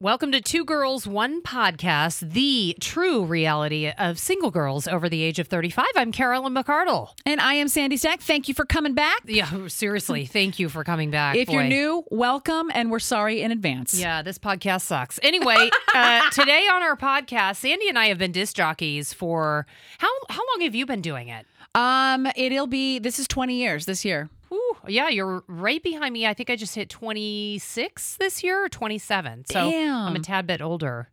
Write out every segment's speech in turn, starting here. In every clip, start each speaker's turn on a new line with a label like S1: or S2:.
S1: Welcome to Two Girls, One Podcast, the true reality of single girls over the age of 35. I'm Carolyn McCardle.
S2: And I am Sandy Stack. Thank you for coming back.
S1: Yeah, seriously, thank you for coming back.
S2: If you're
S1: boy.
S2: new, welcome, and we're sorry in advance.
S1: Yeah, this podcast sucks. Anyway, uh, today on our podcast, Sandy and I have been disc jockeys for how how long have you been doing it?
S2: Um, it'll be this is 20 years this year.
S1: Ooh, yeah, you're right behind me. I think I just hit 26 this year or 27. So I'm a
S2: Damn.
S1: tad bit older.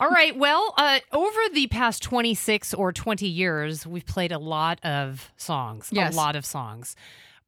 S1: All right. Well, uh, over the past 26 or 20 years, we've played a lot of songs,
S2: Yes.
S1: a lot of songs.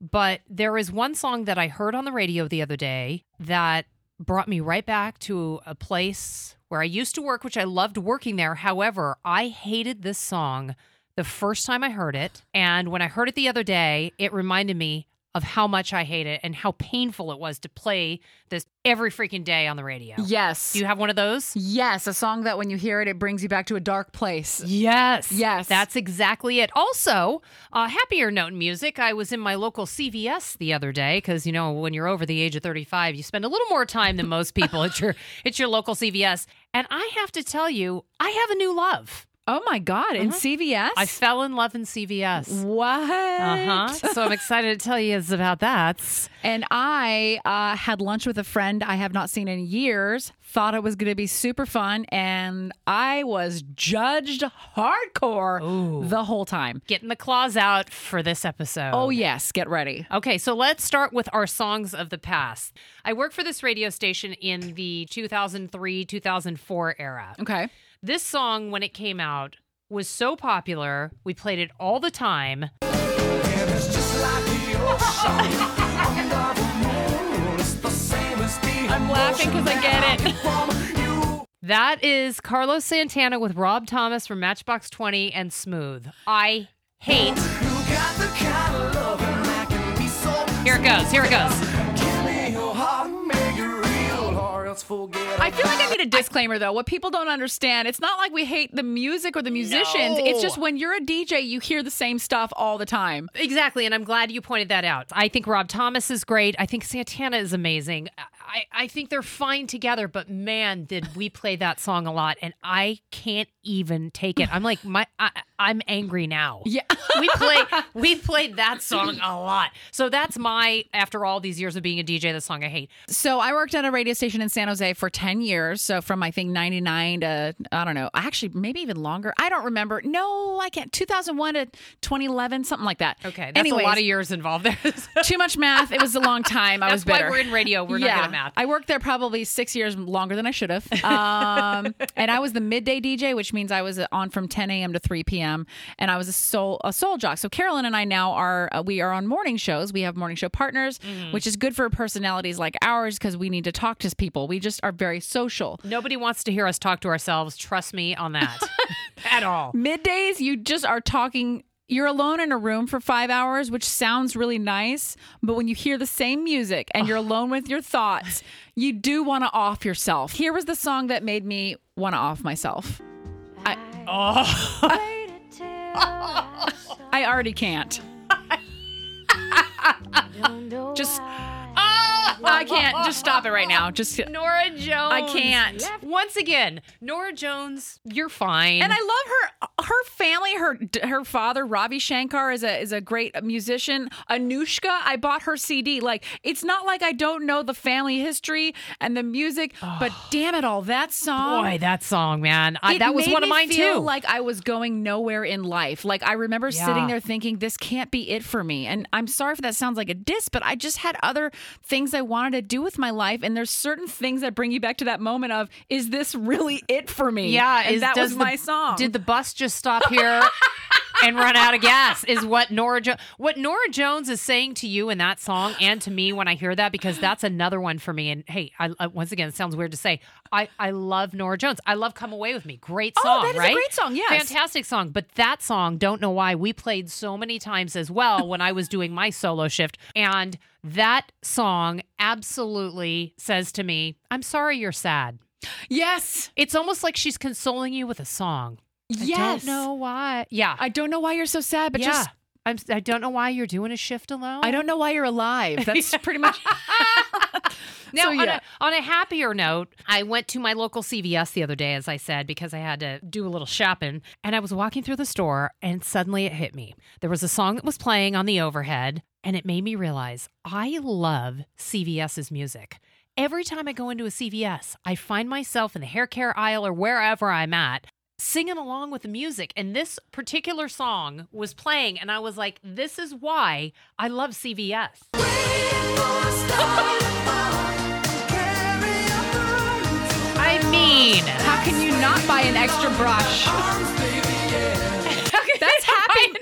S1: But there is one song that I heard on the radio the other day that brought me right back to a place where I used to work, which I loved working there. However, I hated this song the first time I heard it. And when I heard it the other day, it reminded me of how much I hate it and how painful it was to play this every freaking day on the radio.
S2: Yes.
S1: Do you have one of those?
S2: yes, a song that when you hear it, it brings you back to a dark place.
S1: Yes.
S2: Yes.
S1: That's exactly it. Also, uh, happier note in music. I was in my local CVS the other day because, you know, when you're over the age of 35, you spend a little more time than most people at your at your local CVS. And I have to tell you, I have a new love.
S2: Oh my God! In CVS.
S1: Uh-huh. I fell in love in CVS.
S2: what?
S1: Uh-huh. So I'm excited to tell you guys about that.
S2: And I uh, had lunch with a friend I have not seen in years. Thought it was going to be super fun, and I was judged hardcore the whole time.
S1: Getting the claws out for this episode.
S2: Oh yes, get ready.
S1: Okay, so let's start with our songs of the past. I worked for this radio station in the 2003 2004 era.
S2: Okay.
S1: This song, when it came out, was so popular, we played it all the time.
S3: And it's just like the ocean under the moon. It's the same as the
S2: I'm laughing 'cause I
S3: emotion
S2: get
S3: that
S2: it.
S3: I'm from you.
S1: That is Carlos Santana with Rob Thomas from Matchbox 20 and Smooth. I hate.
S3: You got the kind of loving that can be so
S1: Here it goes, here it goes.
S3: Give me your heart, make it real, or else forget
S2: I feel like I need a disclaimer though. What people don't understand, it's not like we hate the music or the musicians. It's just when you're a DJ, you hear the same stuff all the time.
S1: Exactly, and I'm glad you pointed that out. I think Rob Thomas is great. I think Santana is amazing. I, I think they're fine together, but man, did we play that song a lot, and I can't even take it. I'm like my I, I'm angry now.
S2: Yeah.
S1: we play we played that song a lot. So that's my after all these years of being a DJ, the song I hate.
S2: So I worked at a radio station in San Jose for 10 years. So from I think 99 to I don't know, actually maybe even longer. I don't remember. No, I can't. 2001 to 2011, something like that.
S1: Okay, that's
S2: Anyways,
S1: a lot of years involved there.
S2: Too much math. It was a long time. I was
S1: that's why
S2: bitter.
S1: we're in radio. We're not good at math.
S2: I worked there probably six years longer than I should have. Um, and I was the midday DJ, which means I was on from 10 a.m. to 3 p.m. And I was a soul a soul jock. So Carolyn and I now are uh, we are on morning shows. We have morning show partners,
S1: Mm.
S2: which is good for personalities like ours because we need to talk to people. We just are very social.
S1: Nobody wants to hear us talk to ourselves. Trust me on that. at all.
S2: Middays, you just are talking. You're alone in a room for five hours, which sounds really nice. But when you hear the same music and you're alone with your thoughts, you do want to off yourself. Here was the song that made me want to off myself. I already can't. just, ah, I can't. Just stop it right now. Just, and
S1: Nora Jones.
S2: I can't.
S1: Once again, Nora Jones, you're fine.
S2: I love her her family, her d- her father Ravi Shankar is a is a great musician. Anushka, I bought her CD. Like it's not like I don't know the family history and the music, but damn it all, that song.
S1: Boy, that song, man. I,
S2: It
S1: that was
S2: made
S1: one of
S2: me
S1: mine
S2: feel
S1: too.
S2: Like I was going nowhere in life. Like I remember
S1: Yeah.
S2: sitting there thinking, "This can't be it for me." And I'm sorry if that sounds like a diss, but I just had other things I wanted to do with my life. And there's certain things that bring you back to that moment of, "Is this really it for me?"
S1: yeah,
S2: and
S1: is-
S2: that
S1: does
S2: was
S1: the-
S2: my song.
S1: Did the bus just stop here and run out of gas? Is what Nora jo- what Nora Jones is saying to you in that song and to me when I hear that because that's another one for me. And hey, I, I, once again, it sounds weird to say. I I love Nora Jones. I love "Come Away with Me." Great
S2: Oh,
S1: song,
S2: that is a
S1: right?
S2: great song, yes.
S1: fantastic song. But that song, don't know why, we played so many times as well when I was doing my solo shift and. That song absolutely says to me, I'm sorry you're sad.
S2: yes,
S1: It's almost like she's consoling you with a song.
S2: yes.
S1: I don't know why. Yeah.
S2: I don't know why you're so sad, but
S1: yeah.
S2: just
S1: I'm, I don't know why you're doing a shift alone.
S2: I don't know why you're alive. That's pretty much.
S1: Now,
S2: So,
S1: on,
S2: yeah.
S1: a, on a happier note, I went to my local CVS the other day, as I said, because I had to do a little shopping. And I was walking through the store, and suddenly it hit me. There was a song that was playing on the overhead, and it made me realize I love CVS's music. Every time I go into a CVS, I find myself in the hair care aisle or wherever I'm at. Singing along with the music. And this particular song was playing, and I was like, this is why I love CVS. I mean,
S2: How can you not buy an extra brush? That's happy.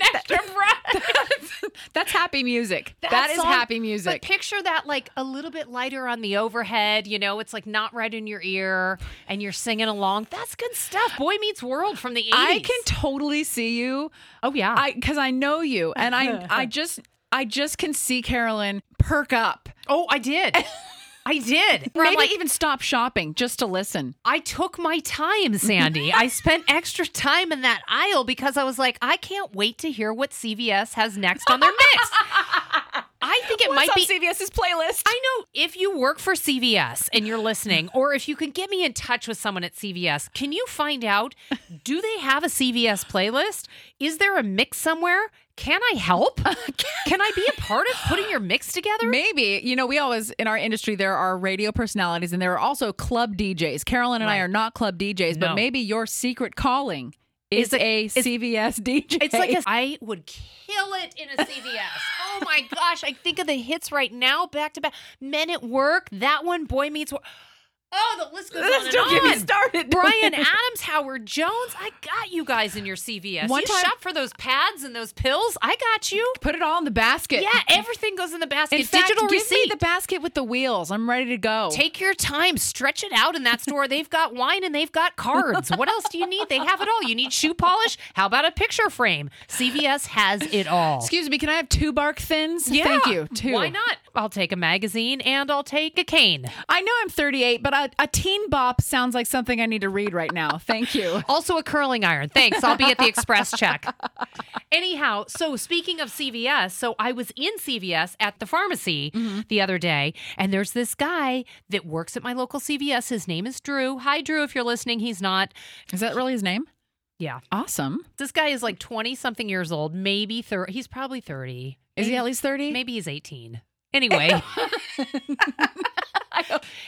S2: That's happy music. that is
S1: song-
S2: happy music.
S1: But picture that like a little bit lighter on the overhead, you know, it's like not right in your ear and you're singing along. That's good stuff. Boy Meets World from the 80s.
S2: I can totally see you.
S1: Oh yeah.
S2: I because I know you, and I I just I just can see Carolyn perk up.
S1: oh, I did. I did. Where I'm
S2: Maybe
S1: like,
S2: even stop shopping just to listen.
S1: I took my time, Sandy. I spent extra time in that aisle because I was like, I can't wait to hear what CVS has next on their mix. I think it might be
S2: CVS's playlist.
S1: I know if you work for CVS and you're listening, or if you can get me in touch with someone at CVS, can you find out do they have a CVS playlist? Is there a mix somewhere? Can I help? Can I be a part of putting your mix together?
S2: Maybe you know we always in our industry there are radio personalities and there are also club DJs. Carolyn and I
S1: Right.
S2: are not club DJs,
S1: No.
S2: but maybe your secret calling is,
S1: Is it-
S2: a CVS DJ.
S1: It's like a, I would kill it in a CVS. oh my gosh, I think of the hits right now, back to back. Men at Work, that one, Boy Meets World. Oh, the list goes on and
S2: don't get me
S1: on.
S2: started.
S1: Brian Adams, Howard Jones, I got you guys in your CVS.
S2: One
S1: you
S2: time-
S1: shop for those pads and those pills. I got you.
S2: put it all in the basket.
S1: Yeah, everything goes in the basket.
S2: In fact,
S1: Digital
S2: give
S1: receipt.
S2: me the basket with the wheels. I'm ready to go.
S1: Take your time, stretch it out in that store. They've got wine and they've got cards. What else do you need? They have it all. You need shoe polish? How about a picture frame? CVS has it all.
S2: Excuse me, can I have two bark thins? Thank
S1: Yeah,
S2: you. Two.
S1: Why not? I'll take a magazine and I'll take a cane.
S2: I know I'm 38, but a, a teen bop sounds like something I need to read right now. Thank you.
S1: Also, a curling iron. Thanks. I'll be at the express check. Anyhow, so speaking of CVS, so I was in CVS at the pharmacy
S2: Mm-hmm.
S1: the other day, and there's this guy that works at my local CVS. His name is Drew. Hi, Drew, if you're listening. He's not.
S2: Is that really his name?
S1: Yeah.
S2: Awesome.
S1: This guy is like 20 something years old, maybe 30. He's probably 30.
S2: Is he at least 30?
S1: Maybe he's 18. Anyway.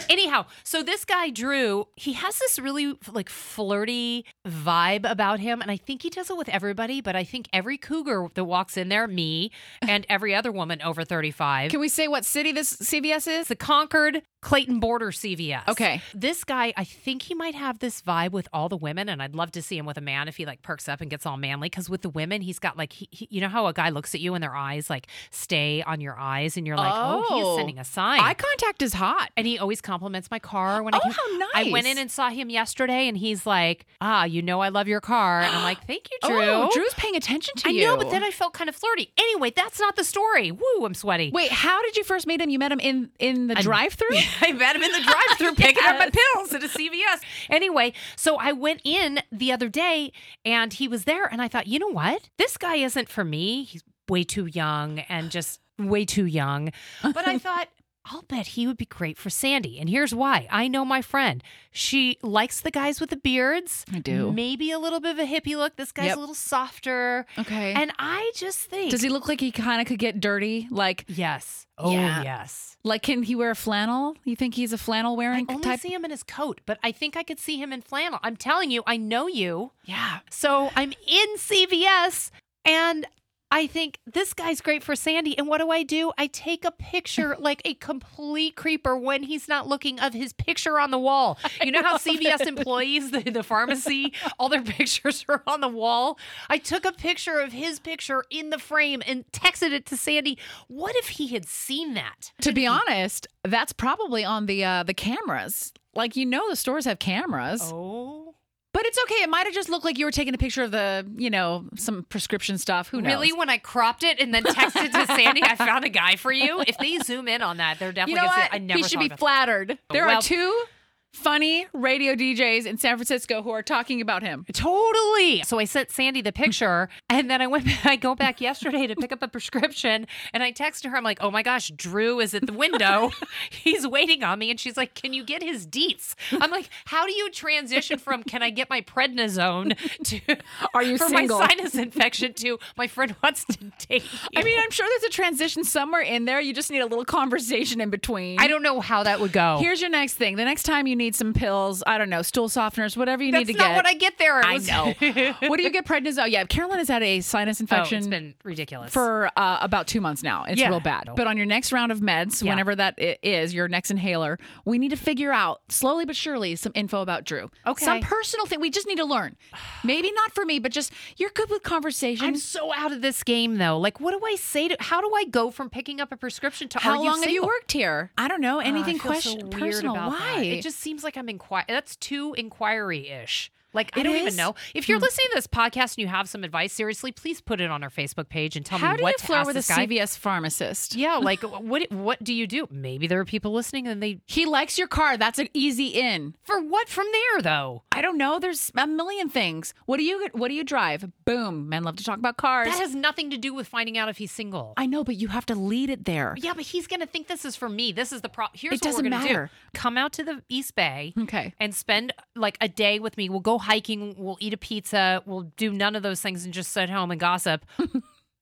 S1: Anyhow, so this guy Drew, he has this really like flirty vibe about him and I think he does it with everybody, but I think every cougar that walks in there, me and every other woman over 35.
S2: Can we say what city this CVS
S1: it's
S2: is?
S1: the Concord Clayton Border CVS.
S2: Okay.
S1: This guy, I think he might have this vibe with all the women, and I'd love to see him with a man if he like perks up and gets all manly. Because with the women, he's got like, he, he- you know how a guy looks at you and their eyes like stay on your eyes, and you're like, oh,
S2: Oh.
S1: he's sending a sign.
S2: Eye contact is hot.
S1: and he always compliments my car when I can-
S2: Oh, how
S1: I went
S2: nice.
S1: in and saw him yesterday, and he's like, "Ah, you know, I love your car," and I'm like, "Thank you, Drew."
S2: Oh, Drew's paying attention to
S1: I
S2: you.
S1: know, but then I felt kind of flirty. Anyway, that's not the story. Woo, I'm sweaty.
S2: Wait, how did you first meet him? You met him in in the drive-through?
S1: I met him in the drive-through picking up my pills at a CVS. Anyway, so I went in the other day and he was there and I thought, you know what? This guy isn't for me. He's way too young and just way too young. But I thought I'll bet he would be great for Sandy. And here's why. I know my friend. She likes the guys with the beards.
S2: I do.
S1: Maybe a little bit of a hippie look. This guy's
S2: Yep.
S1: a little softer.
S2: Okay.
S1: And I just think
S2: Does he look like he kind of could get dirty? Like,
S1: Yes. Oh
S2: Yeah.
S1: yes.
S2: like can he wear a flannel? You think he's a flannel
S1: I
S2: wearing
S1: only
S2: type?
S1: see him in his coat, but I think I could see him in flannel. I'm telling you, I know you.
S2: yeah.
S1: So I'm in CVS and I think this guy's great for Sandy. And what do I do? I take a picture like a complete creeper when he's not looking of his picture on the wall. You know how CVS employees, the, the pharmacy, all their pictures are on the wall? I took a picture of his picture in the frame and texted it to Sandy. What if he had seen that?
S2: To be honest, that's probably on the uh, the cameras. Like you know, the stores have cameras,
S1: Oh.
S2: but it's okay. It might have just looked like you were taking a picture of the, you know, some prescription stuff. Who knows?
S1: Really, when I cropped it and then texted to Sandy, I found a guy for you. If they zoom in on that, they're
S2: You
S1: definitely
S2: know
S1: gonna
S2: what?
S1: say, I never
S2: he should
S1: thought
S2: be
S1: about
S2: flattered. There
S1: Well-
S2: are two funny radio DJs in San Francisco who are talking about him.
S1: Totally. So I sent Sandy the picture, and then I went. I go back yesterday to pick up a prescription, and I texted her. I'm like, "Oh my gosh, Drew is at the window. He's waiting on me." And she's like, "Can you get his deets?" I'm like, "How do you transition from can I get my prednisone to
S2: Are you
S1: for
S2: single?
S1: my sinus infection to my friend wants to date?" you?"
S2: I mean, I'm sure there's a transition somewhere in there. You just need a little conversation in between.
S1: I don't know how that would go.
S2: Here's your next thing. The next time you need some pills, I don't know, stool softeners, whatever you
S1: That's
S2: need to
S1: not
S2: get.
S1: what I get there. It
S2: I Oh,
S1: was-
S2: know. what do you get prednisone? Yeah, Carolyn has had a sinus
S1: Oh,
S2: infection
S1: it's been ridiculous.
S2: for uh, about two months now. It's
S1: Yeah.
S2: real bad. But on your next round of meds,
S1: Yeah.
S2: whenever that i- is, your next inhaler, we need to figure out slowly but surely some info about Drew.
S1: Okay.
S2: Some personal thing we just need to learn. Maybe not for me, but just you're good with conversation.
S1: I'm so out of this game though. Like, what do I say to? How do I go from picking up a prescription to
S2: How
S1: are
S2: long have you
S1: single?
S2: worked here? I don't know.
S1: Ah, I
S2: Anything
S1: feel so
S2: question
S1: weird
S2: personal?
S1: about that.
S2: Why?
S1: It just seems like I'm inquire. That's too inquiry ish. Like I
S2: It
S1: don't
S2: is? Hmm.
S1: even know. If you're listening to this podcast and you have some advice, seriously, please put it on our Facebook page and tell
S2: How
S1: me
S2: do
S1: what
S2: you
S1: to
S2: flirt
S1: ask
S2: with a
S1: this guy.
S2: CVS pharmacist?
S1: Yeah, like what? What do you do? Maybe there are people listening and they
S2: He likes your car. That's an easy in.
S1: for what from there though.
S2: I don't know. There's a million things. What do you What do you drive? Boom. Men love to talk about cars.
S1: That has nothing to do with finding out if he's single.
S2: I know, but you have to lead it there.
S1: yeah, but he's gonna think this is for me. This is the problem. Here's
S2: It
S1: what we're
S2: doesn't
S1: gonna
S2: matter.
S1: do: come out to the East Bay.
S2: Okay.
S1: and spend like a day with me. We'll go hiking, we'll eat a pizza, we'll do none of those things and just sit home and gossip.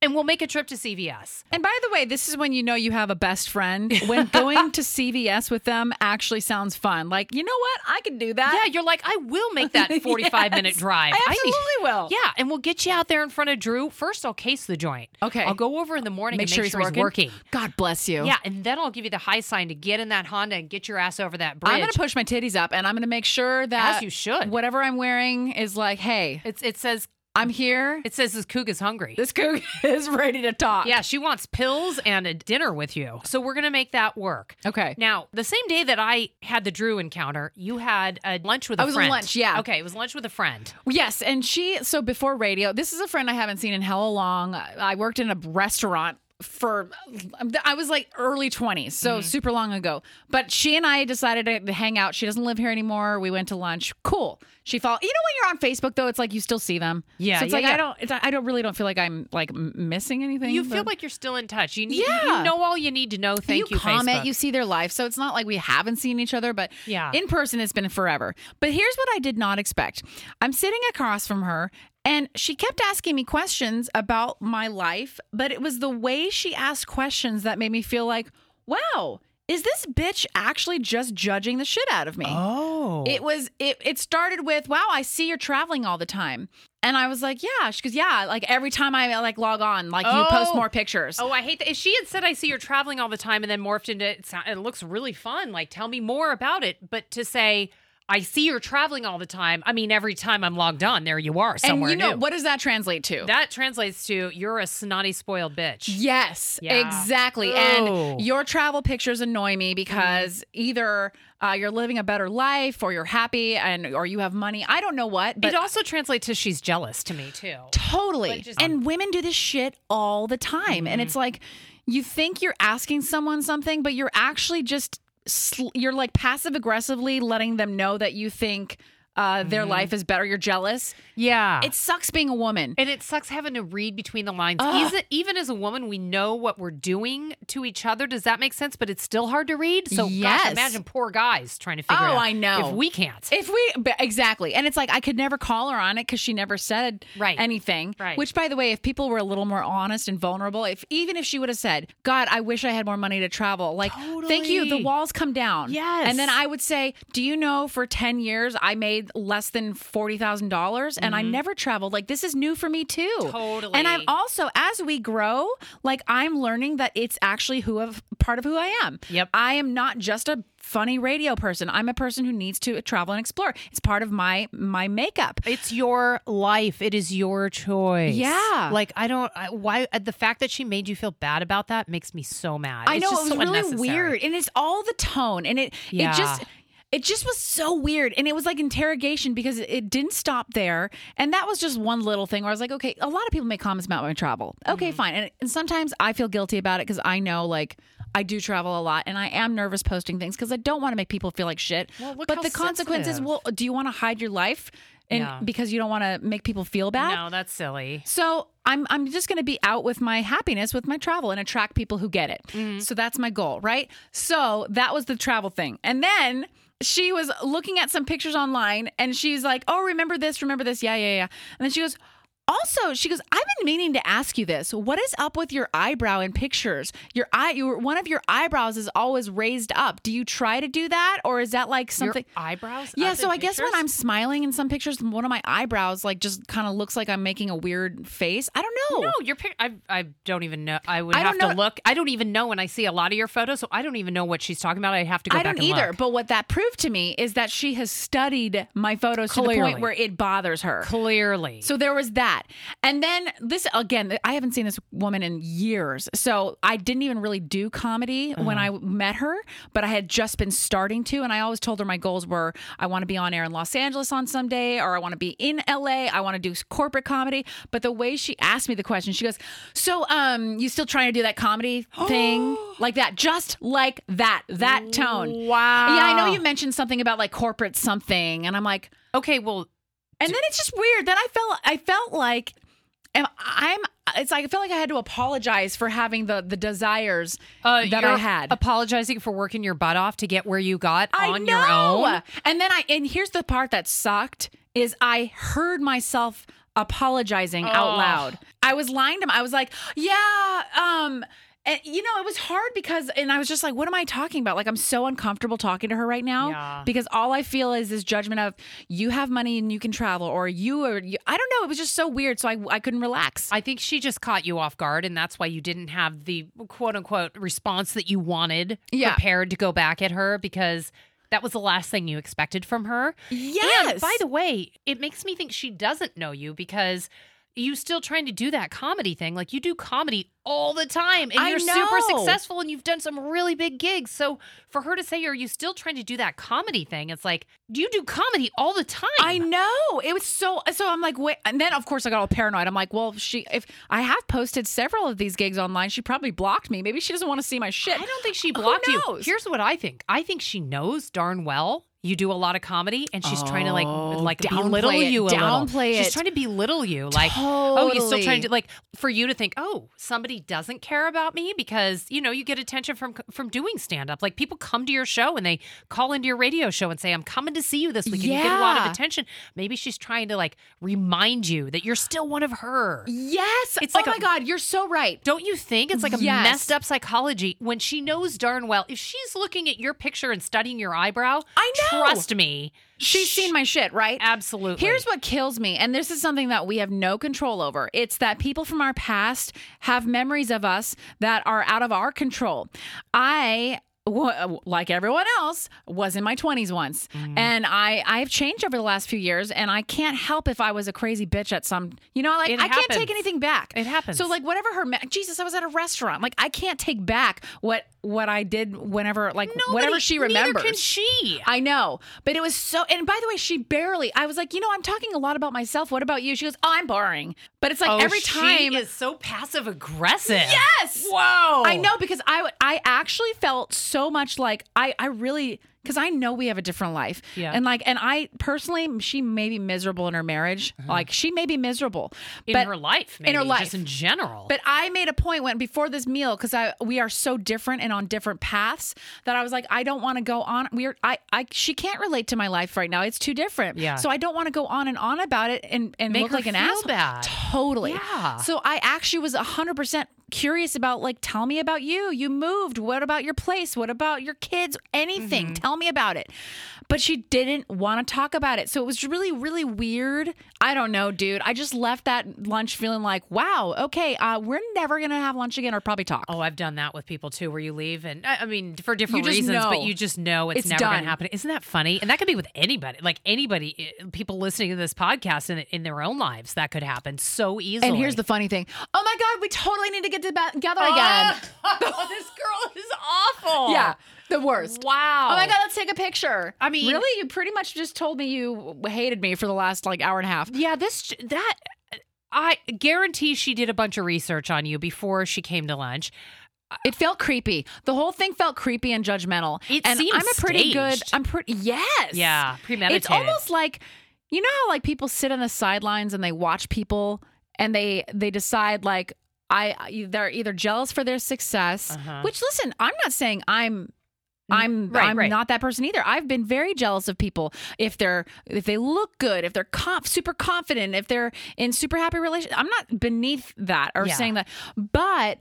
S1: and we'll make a trip to CVS.
S2: And by the way, this is when you know you have a best friend. When going to CVS with them actually sounds fun. Like, you know what? I could do that.
S1: Yeah, you're like, I will make that 45 minute
S2: Yes,
S1: drive. need-
S2: I absolutely will.
S1: Yeah, and we'll get you out there in front of Drew. First, I'll case the joint.
S2: Okay.
S1: I'll go over in the morning and make sure, he's working.
S2: God bless you.
S1: Yeah, and then I'll give you the high sign to get in that Honda and get your ass over that bridge.
S2: I'm gonna push my titties up, and I'm gonna make sure that
S1: As you should.
S2: Whatever I'm wearing is like, hey,
S1: it's, it says
S2: I'm here.
S1: it says this coug is hungry.
S2: This cook is ready to talk.
S1: yeah, she wants pills and a dinner with you. So we're gonna make that work.
S2: Okay.
S1: Now, the same day that I had the Drew encounter, you had a lunch with a
S2: I was on
S1: friend.
S2: lunch, yeah.
S1: Okay, it was lunch with a friend.
S2: Yes, and she so before radio, this is a friend I haven't seen in hell long. I worked in a restaurant for I was like early 20s, so
S1: Mm-hmm.
S2: super long ago. But she and I decided to hang out. She doesn't live here anymore. We went to lunch. Cool. She followed. You know when you're on Facebook though, it's like you still see them.
S1: Yeah,
S2: So it's
S1: yeah,
S2: like
S1: yeah.
S2: I don't it's, I don't really don't feel like I'm like m- missing anything.
S1: You
S2: but-
S1: feel like you're still in touch. You need,
S2: Yeah.
S1: you know all you need to know. Thank you,
S2: comment,
S1: Facebook.
S2: you see their life. So it's not like we haven't seen each other, but
S1: Yeah.
S2: in person it's been forever. But here's what I did not expect. I'm sitting across from her and she kept asking me questions about my life, but it was the way she asked questions that made me feel like, wow, is this bitch actually just judging the shit out of me?
S1: oh,
S2: It was it it started with, "Wow, I see you're traveling all the time." And I was like, "Yeah." She goes, "Yeah, like every time I like log on, like you post
S1: Oh.
S2: more pictures."
S1: oh, I hate that. If she had said, "I see you're traveling all the time," and then morphed into it, sound- it looks really fun. Like, tell me more about it. But to say, "I see you're traveling all the time," I mean, every time I'm logged on, there you are somewhere
S2: and you know
S1: new.
S2: what does that translate to?
S1: that translates to "You're a snotty, spoiled bitch."
S2: Yes,
S1: Yeah. Oh.
S2: exactly.
S1: Ooh.
S2: And your travel pictures annoy me because
S1: Mm-hmm.
S2: either uh, you're living a better life, or you're happy, and or you have money. I don't know what, but
S1: it also translates to "She's jealous" to me too.
S2: totally.
S1: But just- Mm-hmm.
S2: and women do this shit all the time, and it's like you think you're asking someone something, but you're actually just sl- you're like passive aggressively letting them know that you think. uh, their
S1: Mm-hmm.
S2: life is better. You're jealous.
S1: Yeah.
S2: It sucks being a woman.
S1: and it sucks having to read between the lines.
S2: Ugh.
S1: Is it, even as a woman, we know what we're doing to each other. Does that make sense? But it's still hard to read. So,
S2: Yes.
S1: gosh, imagine poor guys trying to figure
S2: Oh,
S1: out.
S2: I know.
S1: If we can't.
S2: If we but exactly, and it's like I could never call her on it because she never said
S1: Right.
S2: anything.
S1: Right.
S2: Which, by the way, if people were a little more honest and vulnerable, if even if she would have said, "God, I wish I had more money to travel," like, thank you, the
S1: Totally.
S2: walls come down.
S1: Yes.
S2: and then I would say, "Do you know for ten years I made less than forty thousand dollars, and I never traveled? Like, this is new for me too.
S1: Mm-hmm. Totally.
S2: And I'm also as we grow, like I'm learning that it's actually who of part of who I am.
S1: Yep.
S2: I am not just a funny radio person. I'm a person who needs to travel and explore. It's part of my my makeup.
S1: It's your life. It is your choice.
S2: Yeah.
S1: Like I don't. I, why uh, the fact that she made you feel bad about that makes me so mad.
S2: I
S1: It's
S2: know
S1: just
S2: it was
S1: so
S2: really
S1: unnecessary.
S2: weird, and it's all the tone, and it
S1: Yeah.
S2: it just it just was so weird, and it was like interrogation because it, it didn't stop there, and that was just one little thing where I was like, okay, a lot of people make comments about my travel, okay,
S1: Mm-hmm.
S2: fine, and, and sometimes I feel guilty about it because I know like. I do travel a lot and I am nervous posting things because I don't want to make people feel like shit.
S1: Well, look
S2: but
S1: how
S2: the consequences,
S1: sensitive.
S2: well, do you want to hide your life and
S1: Yeah.
S2: because you don't want to make people feel bad?
S1: No, that's silly.
S2: So I'm I'm just going to be out with my happiness with my travel and attract people who get it. So that's my goal, right? So that was the travel thing. And then she was looking at some pictures online and she's like, "Oh, remember this, remember this. Yeah, yeah, yeah." And then she goes, also, she goes, I've been meaning to ask you this. What is up with your eyebrow in pictures? Your eye, your, one of your eyebrows is always raised up. Do you try to do that, or is that like something?
S1: eyebrows
S2: Yeah.
S1: up
S2: So
S1: in
S2: I guess when
S1: pictures?
S2: I'm smiling in some pictures, one of my eyebrows like just kind of looks like I'm making a weird face. I don't know.
S1: No, your pic. I I don't even know. I would
S2: Oh. I
S1: have
S2: don't
S1: to
S2: know-
S1: look. I don't even know when I see a lot of your photos, so I don't even know what she's talking about. I have to go.
S2: I
S1: back
S2: don't
S1: and
S2: either.
S1: look.
S2: But what that proved to me is that she has studied my photos to the
S1: Clearly.
S2: point where it bothers her.
S1: Clearly,
S2: So there was that. And then this again, I haven't seen this woman in years. So I didn't even really do comedy when I met her, but I had just been starting to. And I always told her my goals were I want to be on air in Los Angeles on someday, or I want to be in LA. I want to do corporate comedy. But the way she asked me the question, she goes, So um, you still trying to do that comedy thing? like that, just like that, that tone.
S1: wow.
S2: Yeah, I know you mentioned something about like corporate something. And I'm like,
S1: Okay, well,
S2: and then it's just weird. Then I felt I felt like am- I'm it's like I felt like I had to apologize for having the the desires
S1: uh,
S2: that
S1: you're
S2: I had.
S1: apologizing for working your butt off to get where you got
S2: I
S1: on
S2: know.
S1: your own.
S2: And then I and here's the part that sucked is I heard myself apologizing out loud. I was lying to him. I was like, yeah, um and you know, it was hard because and I was just like, what am I talking about? Like I'm so uncomfortable talking to her right now
S1: Yeah.
S2: because all I feel is this judgment of you have money and you can travel or you are you, I don't know, it was just so weird so I I couldn't relax.
S1: I think she just caught you off guard, and that's why you didn't have the quote unquote response that you wanted
S2: Yeah.
S1: prepared to go back at her because that was the last thing you expected from her. And
S2: Yes.
S1: by the way, it makes me think she doesn't know you because you still trying to do that comedy thing. Like you do comedy all the time and
S2: I
S1: you're super
S2: know.
S1: successful and you've done some really big gigs. So for her to say, Are you still trying to do that comedy thing? It's like, you do comedy all the time.
S2: I know. It was so so I'm like, wait and then of course I got all paranoid. I'm like, well, if she if I have posted several of these gigs online, she probably blocked me. Maybe she doesn't want to see my shit.
S1: I don't think she
S2: Who
S1: blocked you.
S2: knows?
S1: Here's what I think. I think she knows darn well you do a lot of comedy, and she's trying to like
S2: Oh,
S1: like
S2: downplay
S1: belittle
S2: it,
S1: you a little.
S2: downplay
S1: She's
S2: it.
S1: trying to belittle you. Like, oh, you still trying
S2: Totally.
S1: to like for you to think, oh, somebody doesn't care about me because you know you get attention from from doing stand up. Like people come to your show and they call into your radio show and say, I'm coming to see you this week, and you get a lot of
S2: Yeah.
S1: attention. Maybe she's trying to like remind you that you're still one of her.
S2: Yes.
S1: It's
S2: oh
S1: like
S2: my
S1: a-
S2: god, you're so right.
S1: Don't you think it's like a
S2: Yes.
S1: messed up psychology when she knows darn well if she's looking at your picture and studying your eyebrow?
S2: I know.
S1: Trust me,
S2: She's seen my shit, right?
S1: absolutely.
S2: Here's what kills me, and this is something that we have no control over. It's that people from our past have memories of us that are out of our control. I wa- like everyone else was in my 20s once
S1: Mm.
S2: and i i've changed over the last few years and i can't help if i was a crazy bitch at some you know like
S1: It
S2: i can't
S1: happens.
S2: take anything back
S1: It happens.
S2: so like whatever her me- jesus i was at a restaurant like i can't take back what what i did whenever like
S1: Nobody-
S2: whatever she remembers
S1: Neither can she.
S2: I know, but it was so. And by the way, she barely. I was like, you know, I'm talking a lot about myself. What about you? She goes, oh, I'm boring. But it's like every time.
S1: Oh, she is so passive aggressive.
S2: Yes!
S1: Whoa.
S2: I know because I would- I actually felt so much like I I really because I know we have a different life.
S1: Yeah.
S2: And like, and I personally, she may be miserable in her marriage. Like, she may be miserable
S1: Uh-huh. in
S2: but,
S1: her life, maybe,
S2: in her
S1: just
S2: life.
S1: in general.
S2: But I made a point when before this meal because I we are so different and on different paths that I was like, I don't want to go on. We're I I she can't relate to my life right now. It's too different.
S1: Yeah.
S2: So I don't want to go on and on about it and and
S1: Make
S2: look
S1: her
S2: like an
S1: feel
S2: asshole.
S1: bad.
S2: Totally.
S1: Yeah.
S2: So I actually was hundred percent curious about like, tell me about you. You moved. What about your place? What about your kids? Anything. Tell me about it. But she didn't want to talk about it. So it was really, really weird. I don't know, dude. I just left that lunch feeling like, wow, okay, uh, we're never gonna have lunch again or probably talk.
S1: Oh, I've done that with people too, where you leave and I I mean for different
S2: just
S1: reasons, but
S2: know.
S1: you just know it's,
S2: It's
S1: never going
S2: done.
S1: to happen. Isn't that funny? And that could be with anybody, like anybody, i- people listening to this podcast in, in their own lives, that could happen so easily.
S2: and here's the funny thing. Oh my god, we totally need to get to- together
S1: Oh,
S2: again.
S1: this girl is awful.
S2: Yeah, the worst.
S1: Wow.
S2: Oh my god, let's take a picture.
S1: I mean-
S2: really, you pretty much just told me you hated me for the last like hour and a half.
S1: Yeah, this that I guarantee she did a bunch of research on you before she came to lunch.
S2: It felt creepy. The whole thing felt creepy and judgmental.
S1: It
S2: and
S1: seems
S2: I'm a pretty good.
S1: staged.
S2: I'm pretty. Yes.
S1: Yeah, premeditated.
S2: It's almost like you know how like people sit on the sidelines and they watch people and they they decide like I they're either jealous for their success.
S1: Uh-huh. Mm,
S2: Which listen, I'm not saying I'm. I'm
S1: right,
S2: I'm
S1: right.
S2: not that person either. I've been very jealous of people if they're if they look good, if they're conf- super confident, if they're in super happy relation. I'm not beneath that or
S1: Yeah.
S2: saying that, but